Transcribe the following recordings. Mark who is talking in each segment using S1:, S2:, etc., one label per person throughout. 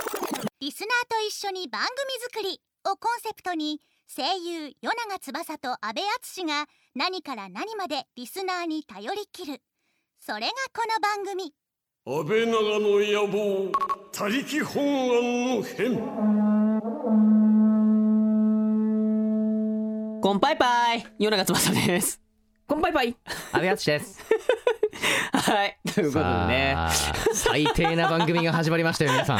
S1: リスナーと一緒に番組作り」をコンセプトに声優与永翼と阿部淳が何から何までリスナーに頼りきるそれがこの番組
S2: 安倍長の野望他力本願の変
S3: コンパイパイ夜長翼です。
S4: こんばいばい。阿部淳です。
S3: はい。ということでね。
S4: さあ最低な番組が始まりましたよ、皆さん。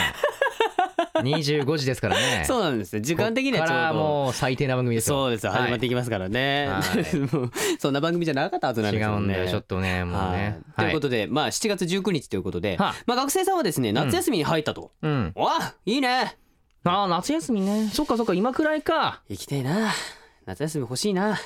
S4: 25時ですからね。
S3: そうなんですね。時
S4: こっ
S3: 間的には
S4: か
S3: ちょう
S4: ら
S3: ど。
S4: もう最低な番組ですよ。
S3: そうです。
S4: はい
S3: 始まっていきますからね。
S4: はい
S3: もうそんな番組じゃなかったはずなんで
S4: 違
S3: すよ
S4: うん
S3: ね。
S4: だよ、ちょっとね、もう
S3: はい
S4: ね。
S3: ということ
S4: で、
S3: で、まあ7月19日ということで、
S4: はあ
S3: まあ学生さんはですね、夏休みに入ったと。
S4: うん。
S3: わあいいね
S4: ああ、夏休みね。そっかそっか、今くらいか。
S3: 行きたいな。夏休み欲しいな。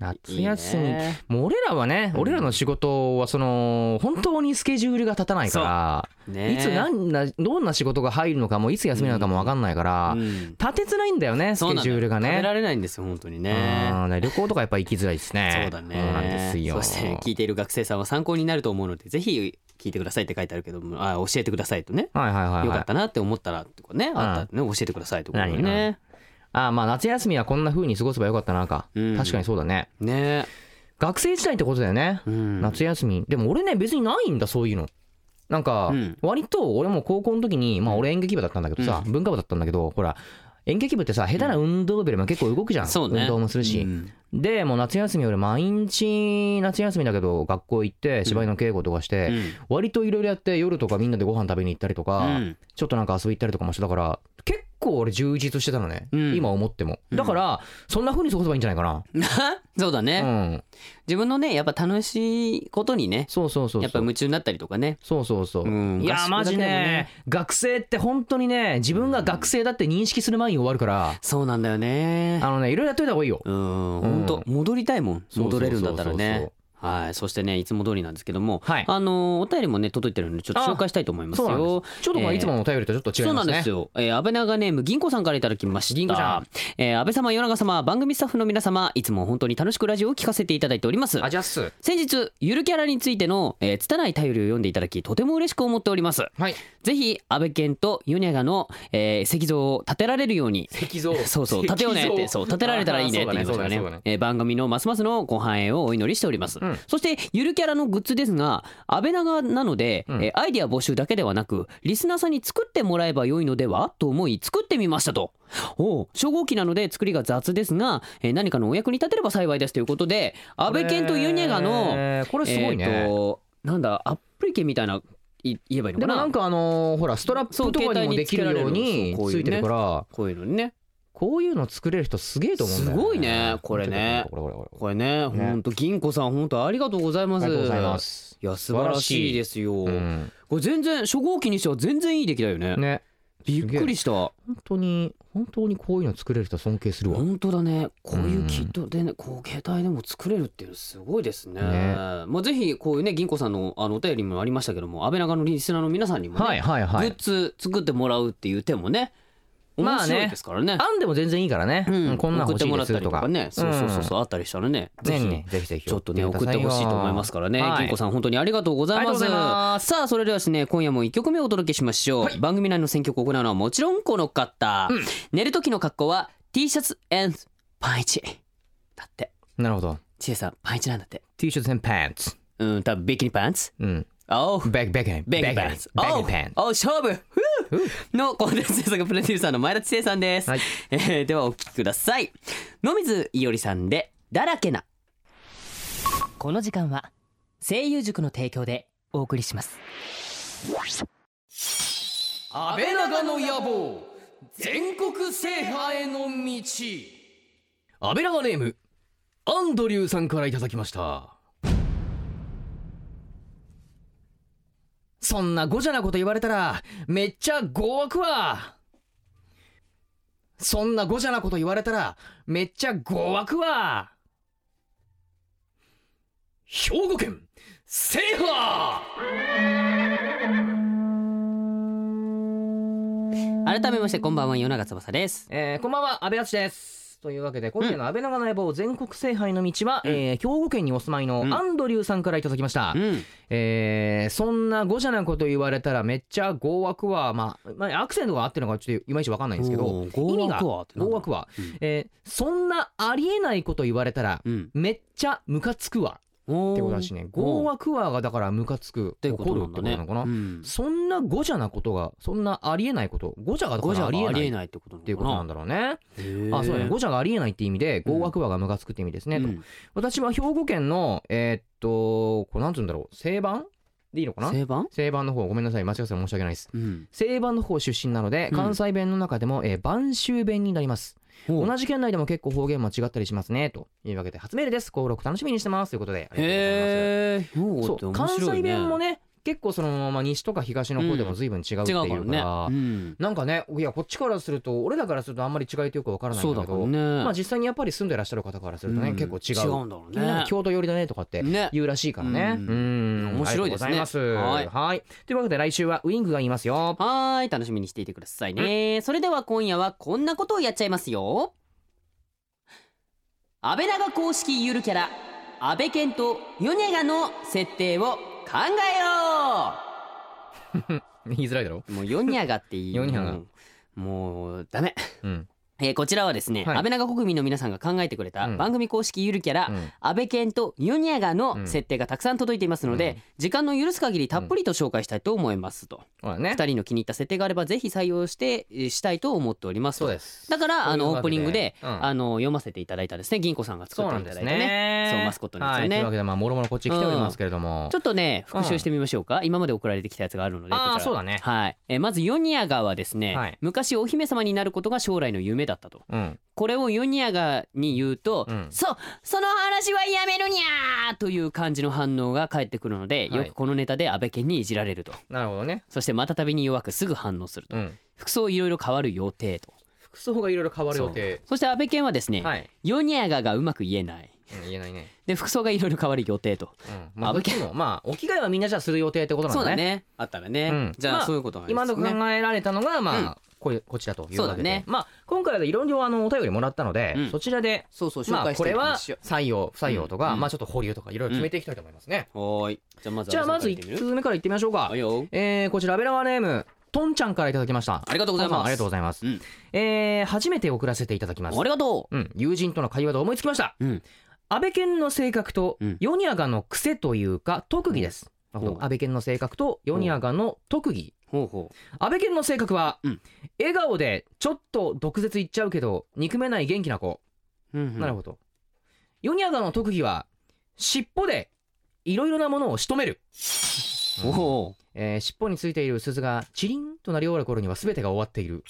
S4: 夏休
S3: いい
S4: み
S3: ね。
S4: もう俺らはね、
S3: ん
S4: 俺らの仕事はその、本当にスケジュールが立たないか
S3: ね
S4: ら、いつ何な、どんな仕事が入るのかも、いつ休みなのかもわかんないから
S3: う、ん
S4: 立てづらいんだよね、ス
S3: そう
S4: ケ
S3: なんだ
S4: ジュールが
S3: 食べ
S4: ね。
S3: られないんですよ、本当に
S4: う
S3: ね。
S4: んね旅行とかやっぱ行きづらいですね。
S3: そうだね。
S4: なんですよ。
S3: そして聞いている学生さんは参考になると思うので、ぜひ聞いてくださいって書いてあるけども、あ教えてくださいとね。
S4: はいはいはい、はい。
S3: よかったなって思ったらとかね、あったらね、教えてくださいとか
S4: 何
S3: ね。
S4: ああまあ夏休みはこんな風に過ごせばよかったなか、
S3: うん
S4: 確かにそうだね。
S3: ね
S4: 学生時代ってことだよね。
S3: うん
S4: 夏休み。でも俺ね別にないんだそういうの。なんか、
S3: うん
S4: 割と俺も高校の時にまあ俺演劇部だったんだけどさ、文化部だったんだけどほら演劇部ってさ下手な運動部よりも結構動くじゃん、
S3: そうね。
S4: 運動もするし、
S3: うん
S4: でもう夏休み俺毎日夏休みだけど学校行って芝居の稽古とかして、
S3: うん
S4: 割といろいろやって夜とかみんなでご飯食べに行ったりとか、
S3: うん
S4: ちょっとなんか遊び行ったりとかもしてたから結構俺充実してたのね、
S3: うん
S4: 今思ってもだから、そんな風に過ごせばいいんじゃないかな
S3: そうだ
S4: う
S3: ね。
S4: ん
S3: 自分のね、やっぱ楽しいことにね、
S4: そうそうそうそう
S3: やっぱ夢中になったりとかね。
S4: そうそうそう、
S3: うん
S4: いや
S3: 合宿
S4: マジね
S3: だけでもね
S4: 学生って本当にね自分が学生だって認識する前に終わるから、
S3: そうなんだよね
S4: あ。のねいろいろやっといた方がいいよ、
S3: うん、
S4: うん
S3: 本当戻りたいもん。
S4: そうそうそ
S3: 戻
S4: うそう
S3: れるんだったらね。はい、そしてね、いつも通りなんですけども、
S4: はい
S3: あのお便りもね、届いてるので、ちょっと紹介したいと思います
S4: そうなん
S3: よ
S4: で。すちょっとこれいつものお便りとちょっと違い
S3: そうな
S4: ま
S3: ん
S4: すね、
S3: ですよ。えー、安倍長ネーム、銀子さんからいただきました。
S4: 銀子さん。
S3: えー、安倍様、与永様、番組スタッフの皆様、いつも本当に楽しくラジオを聞かせていただいております
S4: あ。ジャス
S3: 先日、ゆるキャラについての、えー、拙い頼りを読んでいただき、とても嬉しく思っております。
S4: はい
S3: ぜひ、安倍健とユニャガの、えー、石像を建てられるように、
S4: 石像
S3: そう そう、建てようねって、そう、建てられたらいいねって言いましたね。えー番組のますますのご繁栄をお祈りしております。
S4: うん
S3: そして、ゆるキャラのグッズですが、安倍長なので、
S4: うん
S3: えーアイディア募集だけではなく、リスナーさんに作ってもらえば良いのではと思い、作ってみましたと。おう初号機なので作りが雑ですが、えー何かのお役に立てれば幸いですということで、安倍健とユニェガの、
S4: えーこれすごいね、
S3: えーとなんだ、アップリケみたいな、い言えばいいの
S4: で
S3: か
S4: も
S3: な
S4: なんかあのーほらストラップとかにもできるように
S3: そう
S4: つ
S3: 携帯につけられる
S4: いてるから
S3: こういうのにね。
S4: こういうの作れる人すげえと思うんだよ
S3: すごいねこれね
S4: これこれこれこれ
S3: これね、
S4: ね
S3: 本当銀子さん本当ありがとうございます。
S4: ありがとうございます。
S3: いや素晴らしいですよ。
S4: うん
S3: これ全然初号機にしては全然いい出来だよね。
S4: ね
S3: びっくりした。
S4: 本当に本当にこういうの作れる人尊敬するわ
S3: 本当だね。こういうキットでね、こう携帯でも作れるっていうのすごいですね。
S4: ね
S3: まあぜひこういうね銀子さんのあのお便りもありましたけども、安倍長のリスナーの皆さんにもね、
S4: はいはいは
S3: グ
S4: い
S3: ッズ作ってもらうっていう手もね、面
S4: まあね
S3: 白いですからね。
S4: あんでも全然いいからねうんこんなん
S3: 送っ
S4: 欲
S3: て
S4: しい
S3: もら
S4: で
S3: った
S4: す
S3: りと
S4: と
S3: か
S4: か
S3: ね、そうそうそうそうあったりしたらね、ぜひね
S4: ぜひぜひ
S3: ちょっとね送ってほしいと思いますからね、
S4: はい
S3: 銀子さん本当にありがとうござい
S4: あ
S3: ま
S4: りが
S3: す
S4: とうございます
S3: さあそれではですね今夜も1曲目をお届けしましょう、番組内の選曲を行うのはもちろんこの方、寝る時の格好は T シャツパンイチだって
S4: なるほど
S3: ちえさんパンイチなんだって
S4: T シャツ and パンツ
S3: うん多分ビキニパンツ
S4: うん
S3: おう
S4: ベッグベッグ
S3: ベン
S4: ベッ
S3: ギ
S4: グ
S3: パ
S4: パ
S3: ン
S4: ン
S3: ツ
S4: ツベッグパンツ
S3: おうおう勝負ふうのコンテンツ制作プロデューサーの前田知恵さんです、
S4: はい
S3: えーではお聞きください野水いおりさんでだらけなこの時間は声優塾の提供でお送りします
S5: 安倍長の野望全国制覇への道安倍長ネームアンドリューさんからいただきましたそんなごじゃなこと言われたらめっちゃ5悪わそんなごじゃなこと言われたらめっちゃ5悪わ兵庫県制覇
S3: 改めましてこんばんは夜長翼です
S4: えーこんばんは安部淳ですというわけで今夜の安倍長の野望全国制覇への道は、えー兵庫県にお住まいの
S3: うん
S4: アンドリューさんからいただきました、
S3: うん
S4: えーそんなごちゃなこと言われたらめっちゃ語枠はまあ、まあ、アクセントが合ってるのかちょっといまいちわかんないんですけど
S3: おー
S4: 意味が
S3: 語枠はってなんだ
S4: 語枠は
S3: うん
S4: えーそんなありえないこと言われたら
S3: うん
S4: めっちゃムカつくわ
S3: っ
S4: ってことだしね語枠はがだからムカつく
S3: てこ
S4: 怒
S3: と
S4: る
S3: な
S4: っ
S3: ん
S4: て
S3: だ
S4: こと
S3: ね
S4: なのかな、
S3: うん
S4: そんなごちゃなことがそんなありえないことごちゃがだ
S3: 五
S4: か
S3: じゃあ
S4: らあ
S3: り
S4: りえ
S3: え
S4: な
S3: ないい
S4: っ
S3: ってこと
S4: ていうことなんだろうね
S3: だ
S4: あそうだね、
S3: 五
S4: ごちゃがありえないって意味で、
S3: うん
S4: 合枠話がムカつくって意味ですね、と。私は兵庫県の、えーっと、これなんて言うんだろう、西番でいいのかな
S3: 正番
S4: 西番の方、ごめんなさい、間違ってたら申し訳ないです。
S3: うん
S4: 西番の方出身なので、
S3: うん
S4: 関西弁の中でも、えー、晩秋弁になります。同じ県内でも結構方言も違ったりしますね、というわけで、初メールです。登録楽しみにしてます。ということで、ありがとうござ
S3: へ
S4: います。
S3: え
S4: そ
S3: そう
S4: 関西弁もね結構その、まあ、西とか東の方でも随分違うって
S3: 違
S4: いう
S3: う
S4: から,、
S3: からねうん
S4: なんかねいやこっちからすると俺らからするとあんまり違いってよくわからないん
S3: そう
S4: だ
S3: だ
S4: け
S3: から
S4: ど
S3: ね
S4: まあ実際にやっぱり住んでらっしゃる方からするとね、
S3: うん
S4: 結構違う
S3: 違うんだろうね
S4: なんか京都寄りだねとかって
S3: ね
S4: 言うらしいからね
S3: うん
S4: うん
S3: 面白いですね
S4: ありがとうございます
S3: はい
S4: はいというわけで来週はウイングが言いますよ
S3: はーい楽しみにしていてくださいねそれでは今夜はこんなことをやっちゃいますよ安倍長公式ゆるキャラ安倍健とヨネガの設定を考えよ
S4: 言いづらいだろ
S3: うもうヨニャガっていい
S4: ヨニャガ
S3: もうもうダメ
S4: うん
S3: えーこちらはですね、
S4: はい
S3: 安倍長国民の皆さんが考えてくれた
S4: うん
S3: 番組公式ゆるキャラ、
S4: うん
S3: 安倍健とユニャガ
S4: うん
S3: の設定がたくさん届いていますので、
S4: うん
S3: 時間の許す限りたっぷりと紹介したいと思いますと、
S4: ほらね
S3: 二人の気に入った設定があればぜひ採用してえーしたいと思っておりますと
S4: そうです
S3: だから
S4: そう
S3: あ
S4: いうわけで
S3: のオープニングで、
S4: うん
S3: あの読ませていただいたですね銀子さんが作
S4: そう
S3: って
S4: ないんで
S3: ただ
S4: す
S3: いたね
S4: ね
S3: そうマスコットのやつよね
S4: はいというわけでまあもろもろこっち来ておりますけれども
S3: ちょっとね復習してみましょうか、今まで送られてきたやつがあるので
S4: あー
S3: こちら
S4: そうだね
S3: はい、えーまずヨニャガはですね、
S4: はい
S3: 昔お姫様になることが将来の夢だったと
S4: うん
S3: これをヨニアガに言うと、
S4: うん
S3: そその話はやめるにゃーという感じの反応が返ってくるので、
S4: はい
S3: よくこのネタで安倍健にいじられると
S4: なるほどね
S3: そしてまたたびに弱くすぐ反応すると、
S4: うん
S3: 服装いろいろ変わる予定と
S4: 服装がいろいろ変わる予定
S3: そして安倍健はですね、
S4: はい
S3: ヨニアガがうまく言えない
S4: うん言えないね
S3: で服装がいろいろ変わる予定と
S4: うんまあ、
S3: あ
S4: どっちもまあお着替えはみんなじゃあする予定ってことなん
S3: そう
S4: だ
S3: だ
S4: ね。
S3: ねあったらね、
S4: うん
S3: じゃあ、
S4: まあ
S3: そういうことなんですね
S4: 今のとこ考えられたのがまあ、
S3: うん
S4: これこちらという
S3: そう
S4: わ
S3: だ
S4: けで、
S3: ね
S4: まあ今回はいろいろあのお便りもらったので、
S3: うん
S4: そちらで
S3: そうそう紹
S4: まあ
S3: 介し
S4: こ
S3: てい
S4: れ
S3: き
S4: は
S3: ましょう
S4: 採用不採用とか、
S3: うん
S4: まあちょっと保留とかいろいろ決めていきたいと思いますね。
S3: はーいじゃあまず
S4: じゃあまず
S3: 安倍健
S4: 1
S3: から行ってみる
S4: 通目からいってみましょうか
S3: はい。よ
S4: えー、こちらラベラワネームとんちゃんからいただきました。
S3: ありがとうございます
S4: トンさんありがとうございます。
S3: うん
S4: えー初めて送らせていただきます
S3: あ。りがと
S4: うん、友人との会話で思いつきました。
S3: ううん
S4: 安倍健の性格と
S3: うん
S4: ヨニアガの癖というか特技です。なるほど
S3: うん
S4: 安倍健の性格とヨニアガの特技。
S3: ほうほう
S4: 安倍健の性格は、
S3: うん
S4: 笑顔でちょっと毒舌言っちゃうけど憎めない元気な子。
S3: うんうん
S4: なるほど。ヨニアガの特技は尻尾でいろいろなものを仕留める。
S3: おお
S4: えー尻尾についている鈴がチリンと鳴り終わる頃には全てが終わっている。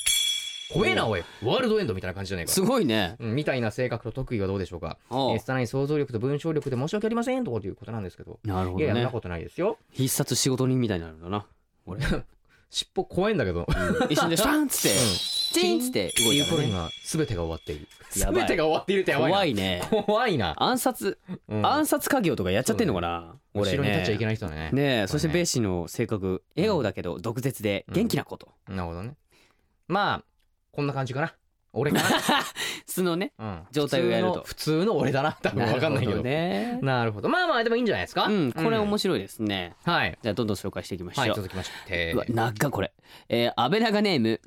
S4: 怖えなおい。ワールドエンドみたいな感じじゃないか
S3: す。ごいね
S4: うんみたいな性格と特技はどうでしょうか。
S3: お
S4: え
S3: う
S4: ー、拙い想像力と文章力で申し訳ありませんということなんですけど。
S3: なるほ
S4: いや、
S3: ど
S4: そんな
S3: ね
S4: ことないですよ。
S3: 必殺仕事人みたいになるんだな俺
S4: 尻尾怖いんだけど。
S3: 一 瞬でシャンっつってチンっつって動
S4: い
S3: いうた
S4: 頃
S3: ら
S4: に
S3: ね
S4: は全てが終わっている。
S3: やばい
S4: 全てが終わっているってやばいな。
S3: 怖いね
S4: 怖いな。
S3: 暗殺
S4: うん
S3: 暗殺家業とかやっちゃってんのかな
S4: 後
S3: 俺
S4: ろに立っちゃいけ
S3: ね
S4: ない人だね。
S3: ねえそしてベーシの性格笑顔だけど毒舌で元気なこと
S4: なるほどね。まあ、こんな感じかな。俺 か
S3: 素のね
S4: な。うん
S3: 状態をやると
S4: 普通の普通の俺だな。多分 わかんないけ
S3: るほ
S4: ど。
S3: ね
S4: なるほど。まあまあ、でもいいんじゃないですか。
S3: うんこれ面
S4: 白
S3: 白いですね
S4: い。はい。
S3: じゃあどんどん紹介していきまし
S4: はい、
S3: ょう
S4: 続きまして
S3: うわ。長っこれ、えー、安倍長ネーム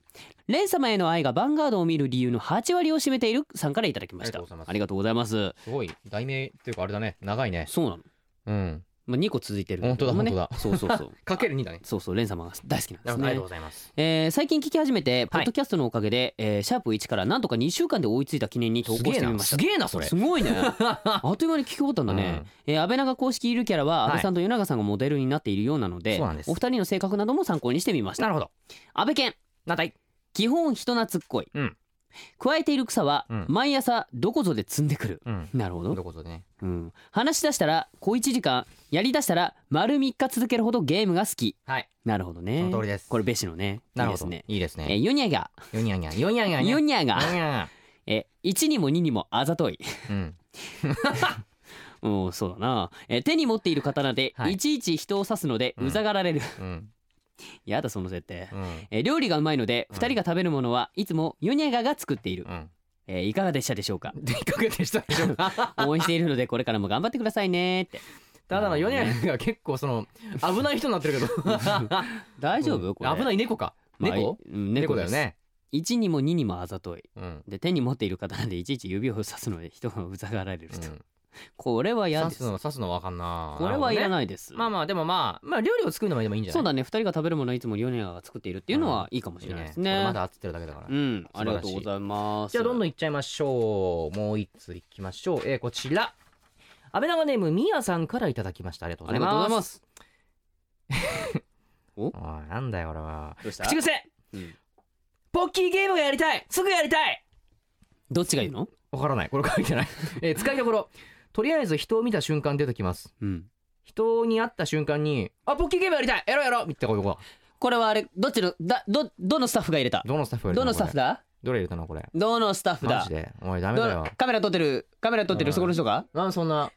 S3: レン様への愛がヴァンガードを見る理由の8割を占めているさんからいただきました
S4: あ
S3: あ
S4: り
S3: りがとうございます
S4: すごい、題名っていうかあれだね。長いね。
S3: そうなの、
S4: うん。
S3: まあ、2個続いてる
S4: 本当だ
S3: まあね
S4: 本当だ
S3: そうそうそう
S4: かける2だね。
S3: そうそうレン様が大好きなんで
S4: なる
S3: す
S4: ほどありがとう
S3: ね
S4: ございます。
S3: えー最近聞き始めて、ポッドキャストのおかげで、えーシャープ1からなんとか2週間で追いついた記念に投稿してみました
S4: すげえな、それ。
S3: す ごいねあっという間に聞き終わったんだね、えー安倍長公式いるキャラは
S4: はい
S3: 安倍さんと与永さんがモデルになっているようなので,、
S4: そうなんです
S3: お二人の性格なども参考にしてみました
S4: なるほど。
S3: 安倍健
S4: なたい。
S3: 基本人懐っこい、
S4: うん
S3: 加えている草は、
S4: うん
S3: 毎朝どこぞで摘んでくる、
S4: うん。
S3: なるほ
S4: どうい
S3: ど、
S4: うことでね。
S3: うん、話し出したら小1時間やりだしたら丸3日続けるほどゲームが好き
S4: はい。
S3: なるほどね
S4: その通りです
S3: これベシのね
S4: なるほど。
S3: いい
S4: い
S3: ですね
S4: いです
S3: えー
S4: ね。
S3: ヨニャが
S4: よにゃにゃ。よにゃにゃにゃ。
S3: ヨニャが
S4: よにゃ
S3: えー1にも2にもあざとい
S4: にゃうん。
S3: うんそうだな、えー手に持っている刀で
S4: はい
S3: いちいち人を刺すので
S4: うん
S3: うざがられる、
S4: うん。
S3: やだその設定
S4: うん。
S3: えー料理がうまいので
S4: うん
S3: 2人が食べるものはいつもヨニャガが作っている
S4: うん。
S3: えーいかがで したでしょう か
S5: でいかがでしたでしょうか
S3: 応援しているのでこれからも頑張ってくださいねって
S4: ただのヨネアが結構その危ない人になってるけど
S3: 大丈夫、これ
S4: 危ないい猫か猫
S3: うん
S4: 猫
S3: 猫
S4: だ
S3: だ
S4: よ
S3: よね
S4: ね
S3: 1にも2にもあざとい
S4: うん
S3: で手に持っている刀でいちいち指を刺すので人がうざがられると、これは嫌
S4: 刺
S3: です
S4: の
S3: す
S4: 刺すのわかんな
S3: これはいら
S4: い
S3: ないです、
S4: まあまあでもまあまあ料理を作るのもでもいいんじゃない
S3: そうだね2人が食べるものはいつもヨネアが作っているっていうのはいいかもしれないですね
S4: これまだ合ってるだけだから
S3: うん
S4: 素
S3: あ
S4: 晴らしい
S3: りがとうございます
S4: じゃあどんどんいっちゃいましょうもう一ついきましょうえーこちら安倍長ネームみやさんからいただきましたありがとうご
S3: あ
S4: ざ
S3: り
S4: い
S3: がとうござい
S4: ま
S3: ますす
S4: おいなんだよ俺は
S3: どうした
S4: 口癖
S3: うん
S4: ポッキーゲームがやりたいすぐやりたい
S3: どっちがいいの
S4: わからないこれ書いてない、 えー使いどころとりあえず人を見た瞬間出てきます
S3: うん
S4: 人に会った瞬間に「あポッキーゲームやりたいやろうやろう」みたいなことが
S3: これはあれどっちのだどどのスタッフが入れた
S4: どのスタッフが入れた
S3: どのスタッフ
S4: だ
S3: だ
S4: どれ入れたのこれ
S3: どのスタッフ
S4: マ
S3: だ
S4: ジでおいダメだ
S3: ど
S4: よ
S3: カメラ撮ってるカメラ撮って
S4: う
S3: る
S4: ん
S3: そこの人が
S4: なんでそんな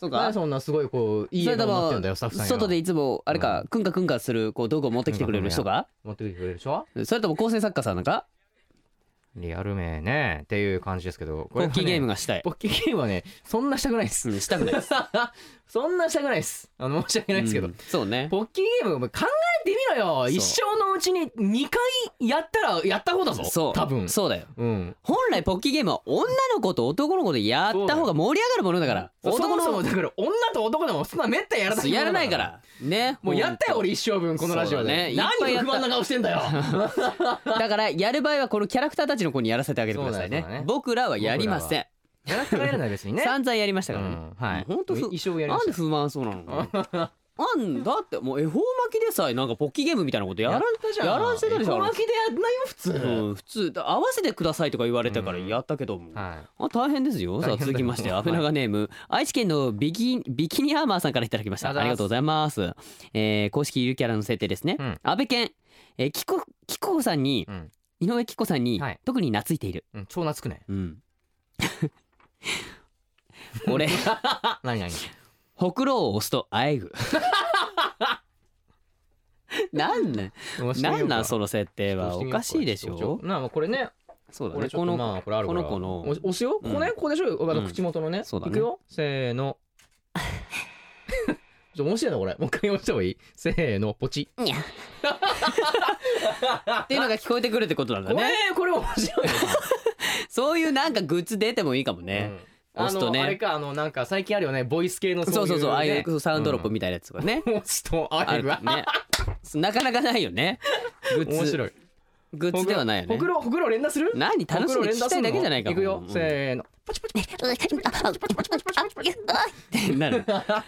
S3: そう
S4: なん
S3: か
S4: でそんなすごいこういい
S3: そ
S4: 笑
S3: れと
S4: 顔になって
S3: も
S4: んだよスタッフさんよ
S3: 外でいつもあれか、
S4: う
S3: くんかくんかするこう道具を持ってきてくれる人が
S4: 持ってきてくれるでしょ
S3: それとも構成作家さんなんか
S4: リアル名ねっていう感じですけどこ
S3: ポ
S4: れは
S3: ッ
S4: ね
S3: キー ゲームがしたい、
S4: ポッキーゲームはねそんなしたくないです
S3: うん、したくない
S4: そんなしたくないですあの申し訳ないですけど、
S3: うんそうね
S4: ポッキーゲームお前考えてみろよ
S3: う
S4: 一生のうちに2回やったらやった方だぞ
S3: そう
S4: 多分
S3: そうだよ
S4: うん
S3: 本来ポッキーゲームは女の子と男の子でやった方が盛り上がるものだから
S4: 男
S3: 男
S4: の
S3: の
S4: 子も
S3: 子
S4: だから女と男でもそんなめったにやらない
S3: やらないからね
S4: もうやったよ俺一生分このラジオ
S3: そうだ
S4: で
S3: ね
S4: 何
S3: いっぱいや
S4: 不
S3: った
S4: 満な顔してんだよ
S3: だからやる場合はこのキャラクターたちの子にやらせてあげてください
S4: そうだねそうだ
S3: ね
S4: ね
S3: 僕らはやりません
S4: やらせられない別にね
S3: 散々やりましたからね
S4: うんはい
S3: もうほんとふ
S4: 一生分やり
S3: な
S4: ま
S3: ん
S4: し
S3: で
S4: た
S3: 不満そうなの あんだってもう恵方巻きでさえなんかポッキーゲームみたいなことやら
S4: やったじゃん
S3: やらせたでしょ
S4: エコ巻きでやんないよ普通、
S3: うん、普通だ合わせてくださいとか言われたからやったけども、
S4: はい
S3: あ大変ですよさあ
S4: 大変だよ
S3: 続きま してアフナガネーム、愛知県のビキビキニアーマーさんからいただきました
S4: あ
S3: あ
S4: りが
S3: り
S4: と
S3: が
S4: う
S3: とうございます、えー公式ゆるキャラの設定ですね、
S4: うん
S3: 安倍健、えー、紀子紀子さんに、
S4: うん
S3: 井上紀子さんに、
S4: はい
S3: 特に懐いている
S4: うん、超懐くね
S3: うん 俺
S4: あ 何何
S3: ほくろを押すとあえ ぐなんなんなんなんそ
S4: の
S3: の設定はおかしいでしょ
S4: なあまあこれね
S3: そうだ
S4: 俺
S3: ね
S4: ちょ
S3: こ
S4: っと
S3: の
S4: まあこれあるから
S3: この子の
S4: 押し押すよここね
S3: う
S4: ここでしょあ
S3: う
S4: の
S3: ん
S4: 口元のね
S3: そうだ
S4: い
S3: ね
S4: くよせーの ちょ面白いなこれもう一回押した方がいいせーのポチ
S3: にゃっていうのが聞こえてくるってことなんだ
S4: これ
S3: ね
S4: これ面白いね
S3: そういうなんかグッズ出てもいいかもね、
S4: うん
S3: 押すとね
S4: あのあれかあのなんか最近あるよねボイス系の
S3: そうそうそうああい
S4: ね
S3: うサウンドドロップみたいなやつとかね、
S4: うん押すとあ
S3: あ
S4: れ
S3: る
S4: が
S3: ねなかなかないよねグッ
S4: 面
S3: ズ
S4: 白い
S3: グッズではないよ
S4: ほ
S3: ね
S4: くろほくろ連打する
S3: 何楽しんで聞きたいだけじゃないか
S4: いくよ
S3: もう
S4: せーのポチポチポチ
S3: ってな る聞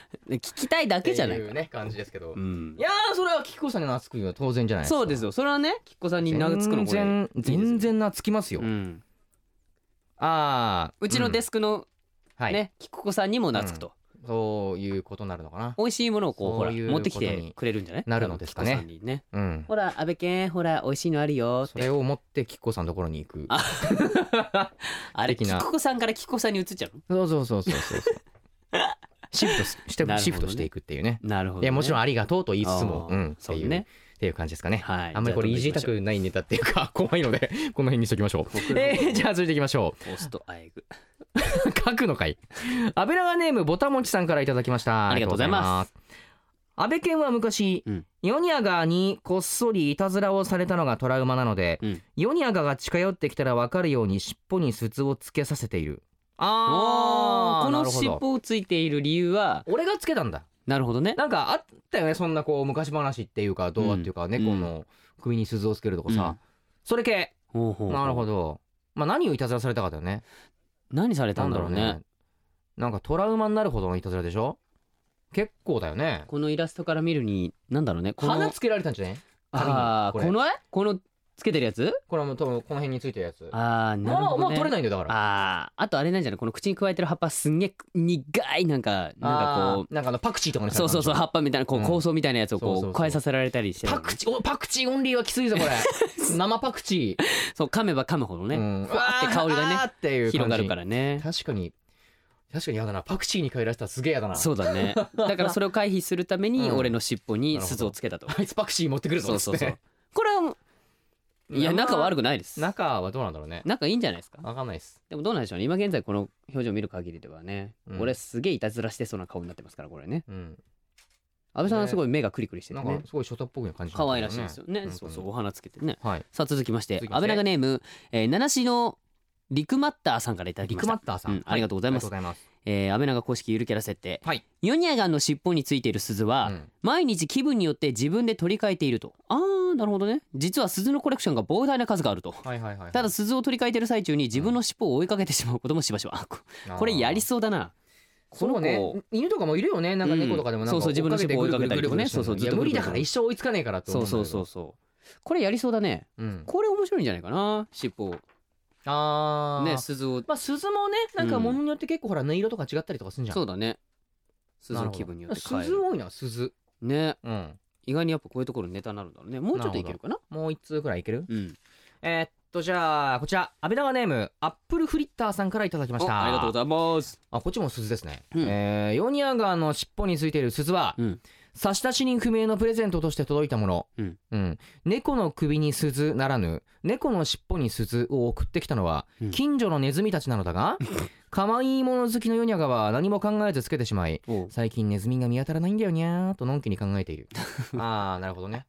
S3: きたいだけじゃない
S4: っていうね感じですけど
S3: うん
S4: いやーそれはキ子さんに懐くよ当然じゃない
S3: そうですよそれはねきっこさんに名がつくのこれ
S4: 全
S3: いい
S4: 然
S3: ですよ
S4: 全然懐きますよ、
S3: うん
S4: ああ
S3: うちのデ
S4: す、
S3: スクの
S4: はい
S3: ねきっこさんにも懐くと、
S4: そういうことになるのかな
S3: 美味しいものをこうほら
S4: そういう
S3: 持ってき
S4: こと
S3: て
S4: に
S3: くれるんじゃない
S4: なるのですかね
S3: 多分きっこさんにね
S4: うん
S3: ほら安倍健ほら美味しいのあるよっ
S4: それ
S3: て
S4: を持ってキ子さんのところに行く
S3: ああれ
S4: 的
S3: き
S4: な
S3: っこさんからきっこさんに移っちゃう
S4: そうそうそうそうそうシフトしし て、
S3: なるほどね
S4: シフトしていくっていうね
S3: のなるほど、
S4: いやもちろん
S3: ん
S4: ありがとうと言いつつも、うん、って
S3: そう
S4: いう
S3: ね
S4: っていう感じですかね、
S3: はい
S4: あんまりこれいじりたくないネタっていうか 怖いのでこの辺にしときましょう
S3: 僕の
S4: えー、じゃあ続いていきましょ
S3: ポストアイグ
S4: う書くのかい油がネームボタモチさんからいただきました
S3: ありがとうございます
S4: 安倍健は昔、
S3: うん
S4: ヨニアガにこっそりいたずらをされたのがトラウマなので、
S3: うん
S4: ヨニアガが近寄ってきたら分かるように尻尾に鈴をつけさせている
S3: おー
S4: あー
S3: こ
S4: な
S3: の
S4: るほ
S3: 尻
S4: ど
S3: 尾をついている理由は
S4: 俺がつけたんだ
S3: なるほどね
S4: なんかあったよねそんなこう昔話っていうか童話っていうか、
S3: うん
S4: 猫の首に鈴をつけるとかさ、
S3: うん
S4: それ系
S3: ほうほうほう
S4: なるほどまあ何をいたずらされたかだよね
S3: 何された
S4: なん
S3: ん
S4: だ
S3: だ
S4: ろ
S3: ろ
S4: う
S3: う
S4: ね
S3: ね
S4: なんかトラウマになるほどのいたずらでしょ結構だよね
S3: このイラストから見るに何だろうねこの
S4: 鼻つけられたんじゃね髪に
S3: あー
S4: こ
S3: こ
S4: れ
S3: の絵このつけてるやつ
S4: これはもう多分この辺についてるやつ
S3: あーなる
S4: も
S3: ほ
S4: う
S3: ど
S4: もう
S3: ね
S4: 取れないんだよだから
S3: あーあとあれなんじゃないこの口に加えてる葉っぱすんげえ苦いなんかなんかこ
S4: うなんかあのパクチーとかに
S3: う
S4: され
S3: そう
S4: た
S3: ん
S4: でし
S3: そ
S4: ょ
S3: うそう葉っぱみたいなこう
S4: うん
S3: 構想みたいなやつを
S4: そうそう
S3: こ
S4: そう
S3: う加えさせられたりしてる
S4: パクチーおパクチーオンリーはきつい ぞこれ生パクチー
S3: そう噛めば噛むほどね、
S4: うん
S3: ふわーって香りがね
S4: あーっていう感じ
S3: 広がるからね
S4: 確かに確かに嫌だなパクチーに変えられたらすげえ嫌だな
S3: そうだねだからそれを回避するために
S4: うん
S3: 俺の尻尾に鈴をつけたと、
S4: あいつパクチー持ってくる
S3: そ
S4: ぞ
S3: う
S4: っつ
S3: そ
S4: っ
S3: う
S4: て
S3: そうこれはいや仲悪くないです
S4: 中はどうなんだろうね
S3: 仲いいんじゃないですか
S4: わかんないです
S3: でもどうなんでしょうね今現在この表情を見る限りではね、
S4: うん
S3: 俺すげえいたずらしてそうな顔になってますからこれね
S4: うん
S3: 安倍さんは
S4: ね
S3: すごい目がクリクリして
S4: な
S3: て
S4: んか
S3: ね
S4: すごいショタっぽい感じ
S3: 可愛らしいですよねそうそうお
S4: う
S3: 花つけてね
S4: はい
S3: さあ続きまして
S4: 続きまして
S3: 安倍長ネーム、えー、七市のリクマッターさんからいただき
S4: リ
S3: ま
S4: ク
S3: し
S4: マッ
S3: た
S4: ターさん、
S3: うんありがとうございます
S4: ありがとうございます
S3: えー、安倍長公式ゆるキャラ設定、
S4: はい
S3: ヨニャガンの尻尾についている鈴は、
S4: うん
S3: 毎日気分によって自分で取り替えているとあーなるほどね実は鈴のコレクションが膨大な数があると
S4: はいはいはい
S3: ただ鈴を取り替えている最中に自分の尻尾を追いかけてしまうこともしばしばあここれやり
S4: そ
S3: そうだなこの
S4: う
S3: 子
S4: ね犬とかもいるよねなんか猫とかでもなんか
S3: うんそうそう自分の尻尾追いかけたりとかね
S4: ぐるぐるぐるぐるしてる
S3: そうそうずっと
S4: いや
S3: ぐ
S4: 無
S3: る
S4: 理
S3: ぐる
S4: だから一生追いつかねえからと
S3: そ
S4: 思
S3: うそううん
S4: だけど
S3: そうそうこれやりそうだね
S4: うん
S3: これ面白いんじゃないかな尻尾を
S4: ああ
S3: ね鈴を
S4: まあ鈴もねなんか物によって結構ほら音色とか違ったりとかするんじゃん
S3: そうだね鈴
S4: なる
S3: の
S4: ほど
S3: 気分によって変え
S4: 鈴
S3: る
S4: 多いな鈴
S3: ね
S4: うん
S3: 意外にやっぱこういうところにネタになるんだろうねもうちょっといけるかな
S4: もう一通くらいいける
S3: うん
S4: えーっとじゃあこちら安倍長ネームアップルフリッターさんからいただきまし
S3: お
S4: た
S3: ありがとうご
S4: い
S3: ざい
S4: ます
S3: ます
S4: あこっちも鈴ですね、
S3: うん
S4: えーヨニアガーの尻尾についている鈴は、
S3: うん
S4: 差出人不明のプレゼントとして届いたもの、
S3: うん
S4: 猫の首に鈴ならぬ猫の尻尾に鈴を送ってきたのは
S3: うん
S4: 近所のネズミたちなのだ が、可愛いもの好きのヨニアガは何も考えずつけてしまい
S3: おう
S4: 最近ネズミが見当たらないんだよにゃーとのんきに考えてい るあーなるほどね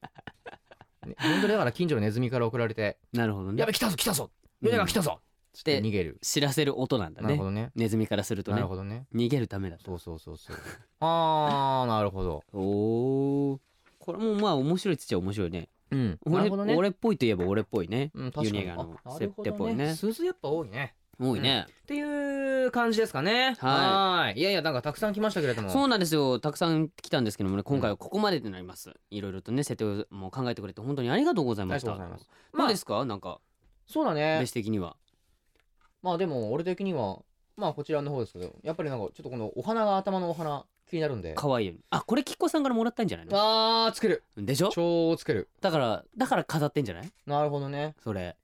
S4: ね本当にだから近所のネズミから送られて
S3: なるほど
S4: 「
S3: ね
S4: やべ来たぞ来たぞヨニアガ来たぞ!」つって逃げる
S3: 知らせる音なんだ
S4: なる
S3: ね
S4: ほどね
S3: ネズミからすると
S4: な
S3: ね
S4: るほどね
S3: 逃げるためだと
S4: そうそうそうそう あーなるほど
S3: おーこれもまあ面白いっちゃ面白いね
S4: うんな
S3: 俺
S4: るほどね
S3: 俺っぽいといえば俺っぽいね
S4: うん、確か
S3: ユ
S4: に
S3: ニ
S4: あ
S3: ガの
S4: なるほど
S3: 設定っぽいね
S4: 鈴やっぱ多いね
S3: 多いね
S4: っていう感じですかね
S3: はい
S4: はーいいやいやなんかたくさん来ましたけれども
S3: そうなんですよたくさん来たんですけどもね今回はここまでとなりますいろいろとね設定も考えてくれて本当にありがとうございました
S4: ありがとうございまあ
S3: どうですかなんか
S4: そうだね
S3: 弟子的には
S4: まあでも俺的にはまあこちらの方ですけどやっぱりなんかちょっとこのお花が頭のお花気になるんで
S3: 可愛いよねあこれきっこさんからもらったんじゃないの
S4: あーつける
S3: でしょ
S4: 超つける
S3: だからだから飾ってんじゃない
S4: なるほどね
S3: それ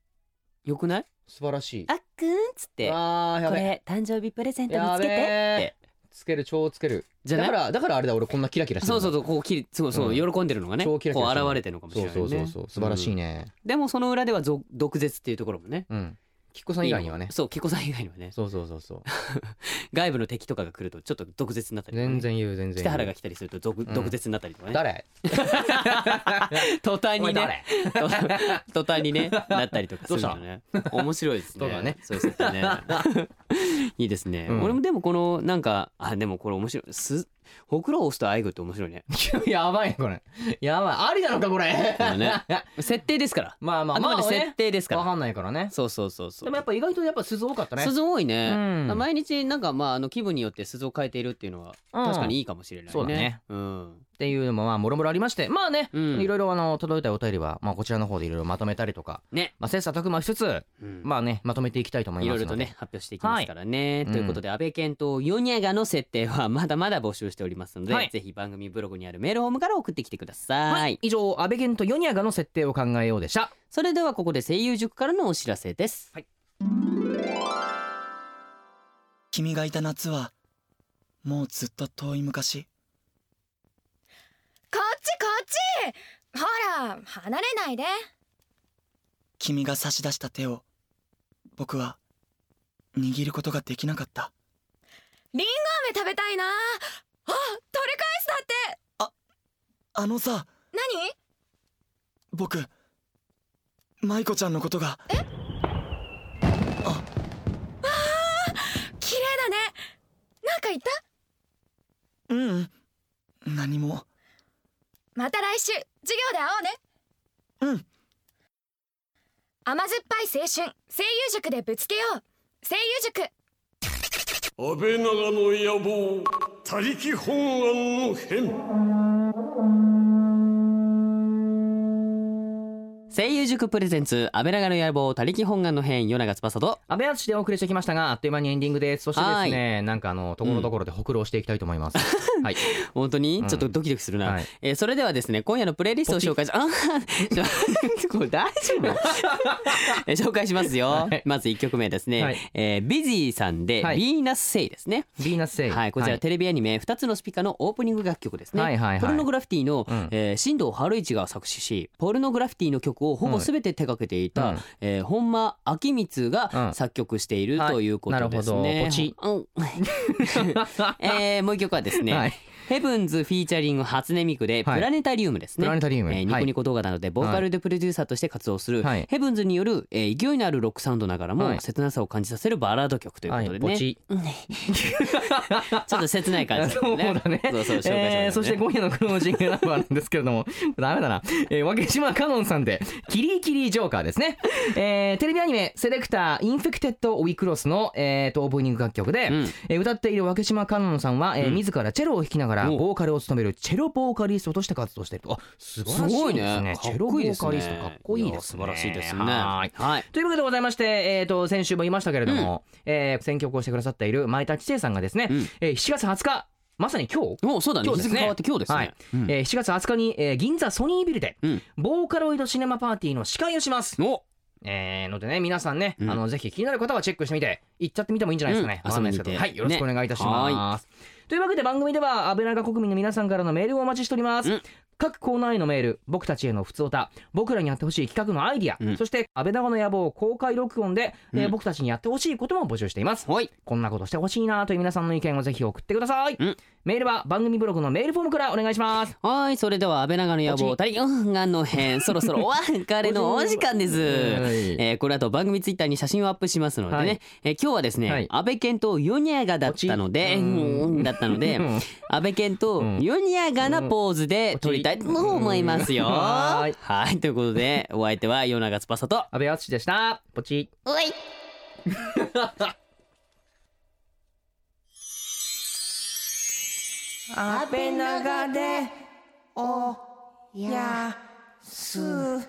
S3: よくない
S4: 素晴らしい
S3: あっくんっつって
S4: あーや
S3: こ
S4: べ
S3: れ誕生日プレゼントに
S4: や
S3: つけ
S4: べ
S3: てって
S4: えつける超つける
S3: じゃ
S4: だ
S3: ない
S4: からだからあれだ俺こんなキラキラしてる
S3: そう
S4: の
S3: そうそうこうきりそうそう、
S4: う
S3: 喜んでるのがねこう
S4: 超キ
S3: 現
S4: ラキラしてる
S3: れてるのかもしれ
S4: そう
S3: ない、ね、
S4: そうそうそう素晴らしい
S3: ね、
S4: ね
S3: でもその裏ではぞ毒舌っていうところもね
S4: うんきっこさん以外にはね
S3: そうキコさん以外にはね
S4: そうそうそうそう
S3: 外部の敵とかが来るとちょっと毒舌になったりとかね、
S4: 全然言う全然言う
S3: 北原が来たりすると毒,、
S4: ん
S3: 毒舌になったりとかね
S4: 誰
S3: 途端
S4: お前
S3: にね
S4: 誰
S3: 途端にねなったりとかするのね面白いですね
S4: そうだね
S3: そうですよね いいですね、
S4: うん
S3: 俺もでもこのなんかあでもこれ面白いすほくろを押すとあえぐって面白いね
S4: やばいねこれやばいありなのかこれ
S3: これね設定ですから
S4: まあまあ
S3: あく
S4: ま
S3: ま
S4: あ
S3: で設
S4: ね
S3: 定ですから、
S4: わかんないからね
S3: そうそうそうそう
S4: でもやっぱ意外とやっぱ鈴多かったね
S3: 鈴多いね、
S4: うん
S3: 毎日なんかまああの気分によって鈴を変えているっていうのは
S4: うん
S3: 確かにいいかもしれないね、
S4: そうだね
S3: うん
S4: っていうのもまあもろもろありましてまあね、
S3: うん
S4: いろいろあの届いたお便りは、まあ、こちらの方でいろいろまとめたりとか、
S3: ね
S4: まあ、切磋琢磨しつつ、
S3: うん
S4: まあねまとめていきたいと思い
S3: い
S4: ま
S3: ろ
S4: す
S3: い
S4: の
S3: ろ
S4: で
S3: とね発表していきますからね、
S4: はい
S3: ということで、安倍健とヨニャガの設定は まだまだ募集しておりますので、
S4: はい
S3: ぜひ番組ブログにあるメールホームから送ってきてください、
S4: はい以上安倍健とヨニアガの設定を考えようでした
S3: それではここで声優塾からのお知らせです、
S6: 君がいた夏はもうずっと遠い昔
S7: こっちこっちほら離れないで
S6: 君が差し出した手を僕は握ることができなかった
S7: 雨食べたいなあ取り返すだって
S6: あのさ
S7: 何
S6: 僕舞子ちゃんのことが
S7: 綺麗だねなんか言った
S6: ううん何も
S7: また来週授業で会おうね
S6: うん
S7: 甘酸っぱい青春声優塾でぶつけよう声優塾
S2: 安倍長の野望他力本願の変
S3: 声優塾プレゼンツ安倍長の野望他力本願の編ヨナガ翼と
S4: 安倍淳でお送りしてきましたがあっという間にエンディングですそしてですねなんかあのところどころでほくろをしていきたいと思います、はい
S3: 本当に、
S4: うん
S3: ちょっとドキドキするな、
S4: はい
S3: えーそれではですね今夜のプレイリストを紹介し あーちょこれ大丈 夫えー紹介しますよ、
S4: はい
S3: まず一曲目ですね、
S4: はい
S3: えービジーさんで、
S4: はい
S3: ビーナスセイですね
S4: ビーナスセイ
S3: はい、こちらテレビアニメ「二つのスピカ」のオープニング楽曲ですね。
S4: はいはいはい
S3: ポルノグラフィティの、
S4: うん
S3: えー新藤春一が作詞しポルノグラフィティの曲ををほぼ全て手掛けていた、
S4: うん
S3: えー本間昭光
S4: うん
S3: が作曲している
S4: はい
S3: ということですね。
S4: なるほどポチ
S3: うんえーもう一曲はですね、
S4: はい
S3: ヘブンズフィーチャリング初音ミクで「プ
S4: はい
S3: ラネタリウム」です
S4: プ
S3: ね。
S4: ラネタリウム、
S3: えーニコニコ動画などでボーカルでプロデューサーとして活動する、
S4: はい
S3: ヘブンズによる、えー勢いのあるロックサウンドながらも、
S4: はい
S3: 切なさを感じさせるバラード曲という
S4: は
S3: こ
S4: い
S3: とで
S4: はい
S3: ね、
S4: ポチ
S3: ちょっと切ない感じだ
S4: そう
S3: ね
S4: だね。
S3: そうそう紹介されたね
S4: えーそして今夜のクロージングナンバーなんですけれども、 ダメだな。えー、わけじまかのんさんで、キリキリジョーカーですね。えー、テレビアニメ、セレクター、インフェクテッド・ウィクロスの、えー、と、オープニング楽曲で、
S3: うん
S4: えー歌っているわけじまかのんさんは、えー
S3: うん
S4: 自らチェロを弾きながら、
S3: お
S4: ボーカルを務めるチェロボーカリストとして活動していると。あ、素晴らしいですね。
S3: か
S4: チェ
S3: っ
S4: ロボ
S3: こいいで
S4: ー
S3: すね
S4: カリスト、かっこいいですね。
S3: や素晴らしいですね
S4: はーい。
S3: はい
S4: ということでございまして、えー、と先週も言いましたけれども、えー選曲をしてくださっている前田知世さんがですね、
S3: うん
S4: えー7月20日まさに今日、
S3: おそうだね
S4: 今
S3: 日
S4: 日です
S3: 付
S4: ね
S3: 変わって今日ですね、
S4: はい
S3: うん
S4: えー7月20日に、えー銀座ソニービルで、
S3: うん
S4: ボーカロイドシネマパーティーの司会をします。
S3: お
S4: えーのでね皆さんね、
S3: うん
S4: あのぜひ気になる方はチェックしてみて行っちゃってみてもいいんじゃないですかね、
S3: うん
S4: わかんないですけど
S3: 遊びに行っ
S4: は
S3: て
S4: いよろしくお願いいたし
S3: ね
S4: ます、というわけで番組では安倍長国民の皆さんからのメールをお待ちしております、
S3: うん
S4: 各コーナーへのメール僕たちへの普通歌僕らにやってほしい企画のアイディア、
S3: うん
S4: そして安倍長の野望公開録音で、えー
S3: うん
S4: 僕たちにやってほしいことも募集しています
S3: はい
S4: こんなことしてほしいなという皆さんの意見をぜひ送ってください、
S3: うん
S4: メールは番組ブログのメールフォームからお願いします
S3: はいそれでは安倍長の野望第4がの編そろそろお 別れのお時間です、
S4: はい
S3: えーこれ後番組ツイッターに写真をアップしますのでね、
S4: はい
S3: えー今日はですね、
S4: はい
S3: 安倍健とヨニャガだったので
S4: ポチ
S3: うんだったので
S4: うん
S3: 安倍健とヨニャガなポーズで撮りたいと思いますよ、
S4: うんはい
S3: はいということでお相手はヨナガ翼と
S4: 安倍淳でしたポチッ
S1: おい
S8: 安倍長でおやす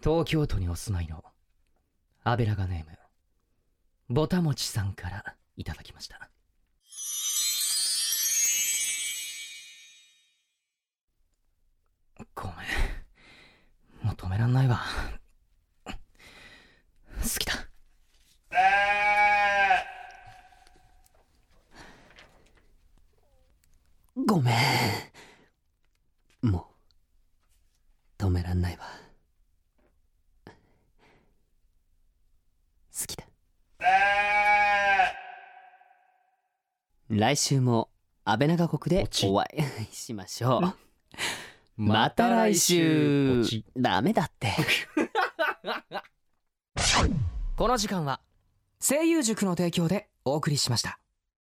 S4: 東京都にお住まいのアベラガネームボタモチさんからいただきましたごめんもう止めらんないわ好きだ
S3: ごめんもう止めらんないわ好きだ来週も安倍長国でお会いしましょうまた来週
S4: ポチ
S3: ダメだって
S4: この時間は声優塾の提供でお送りしました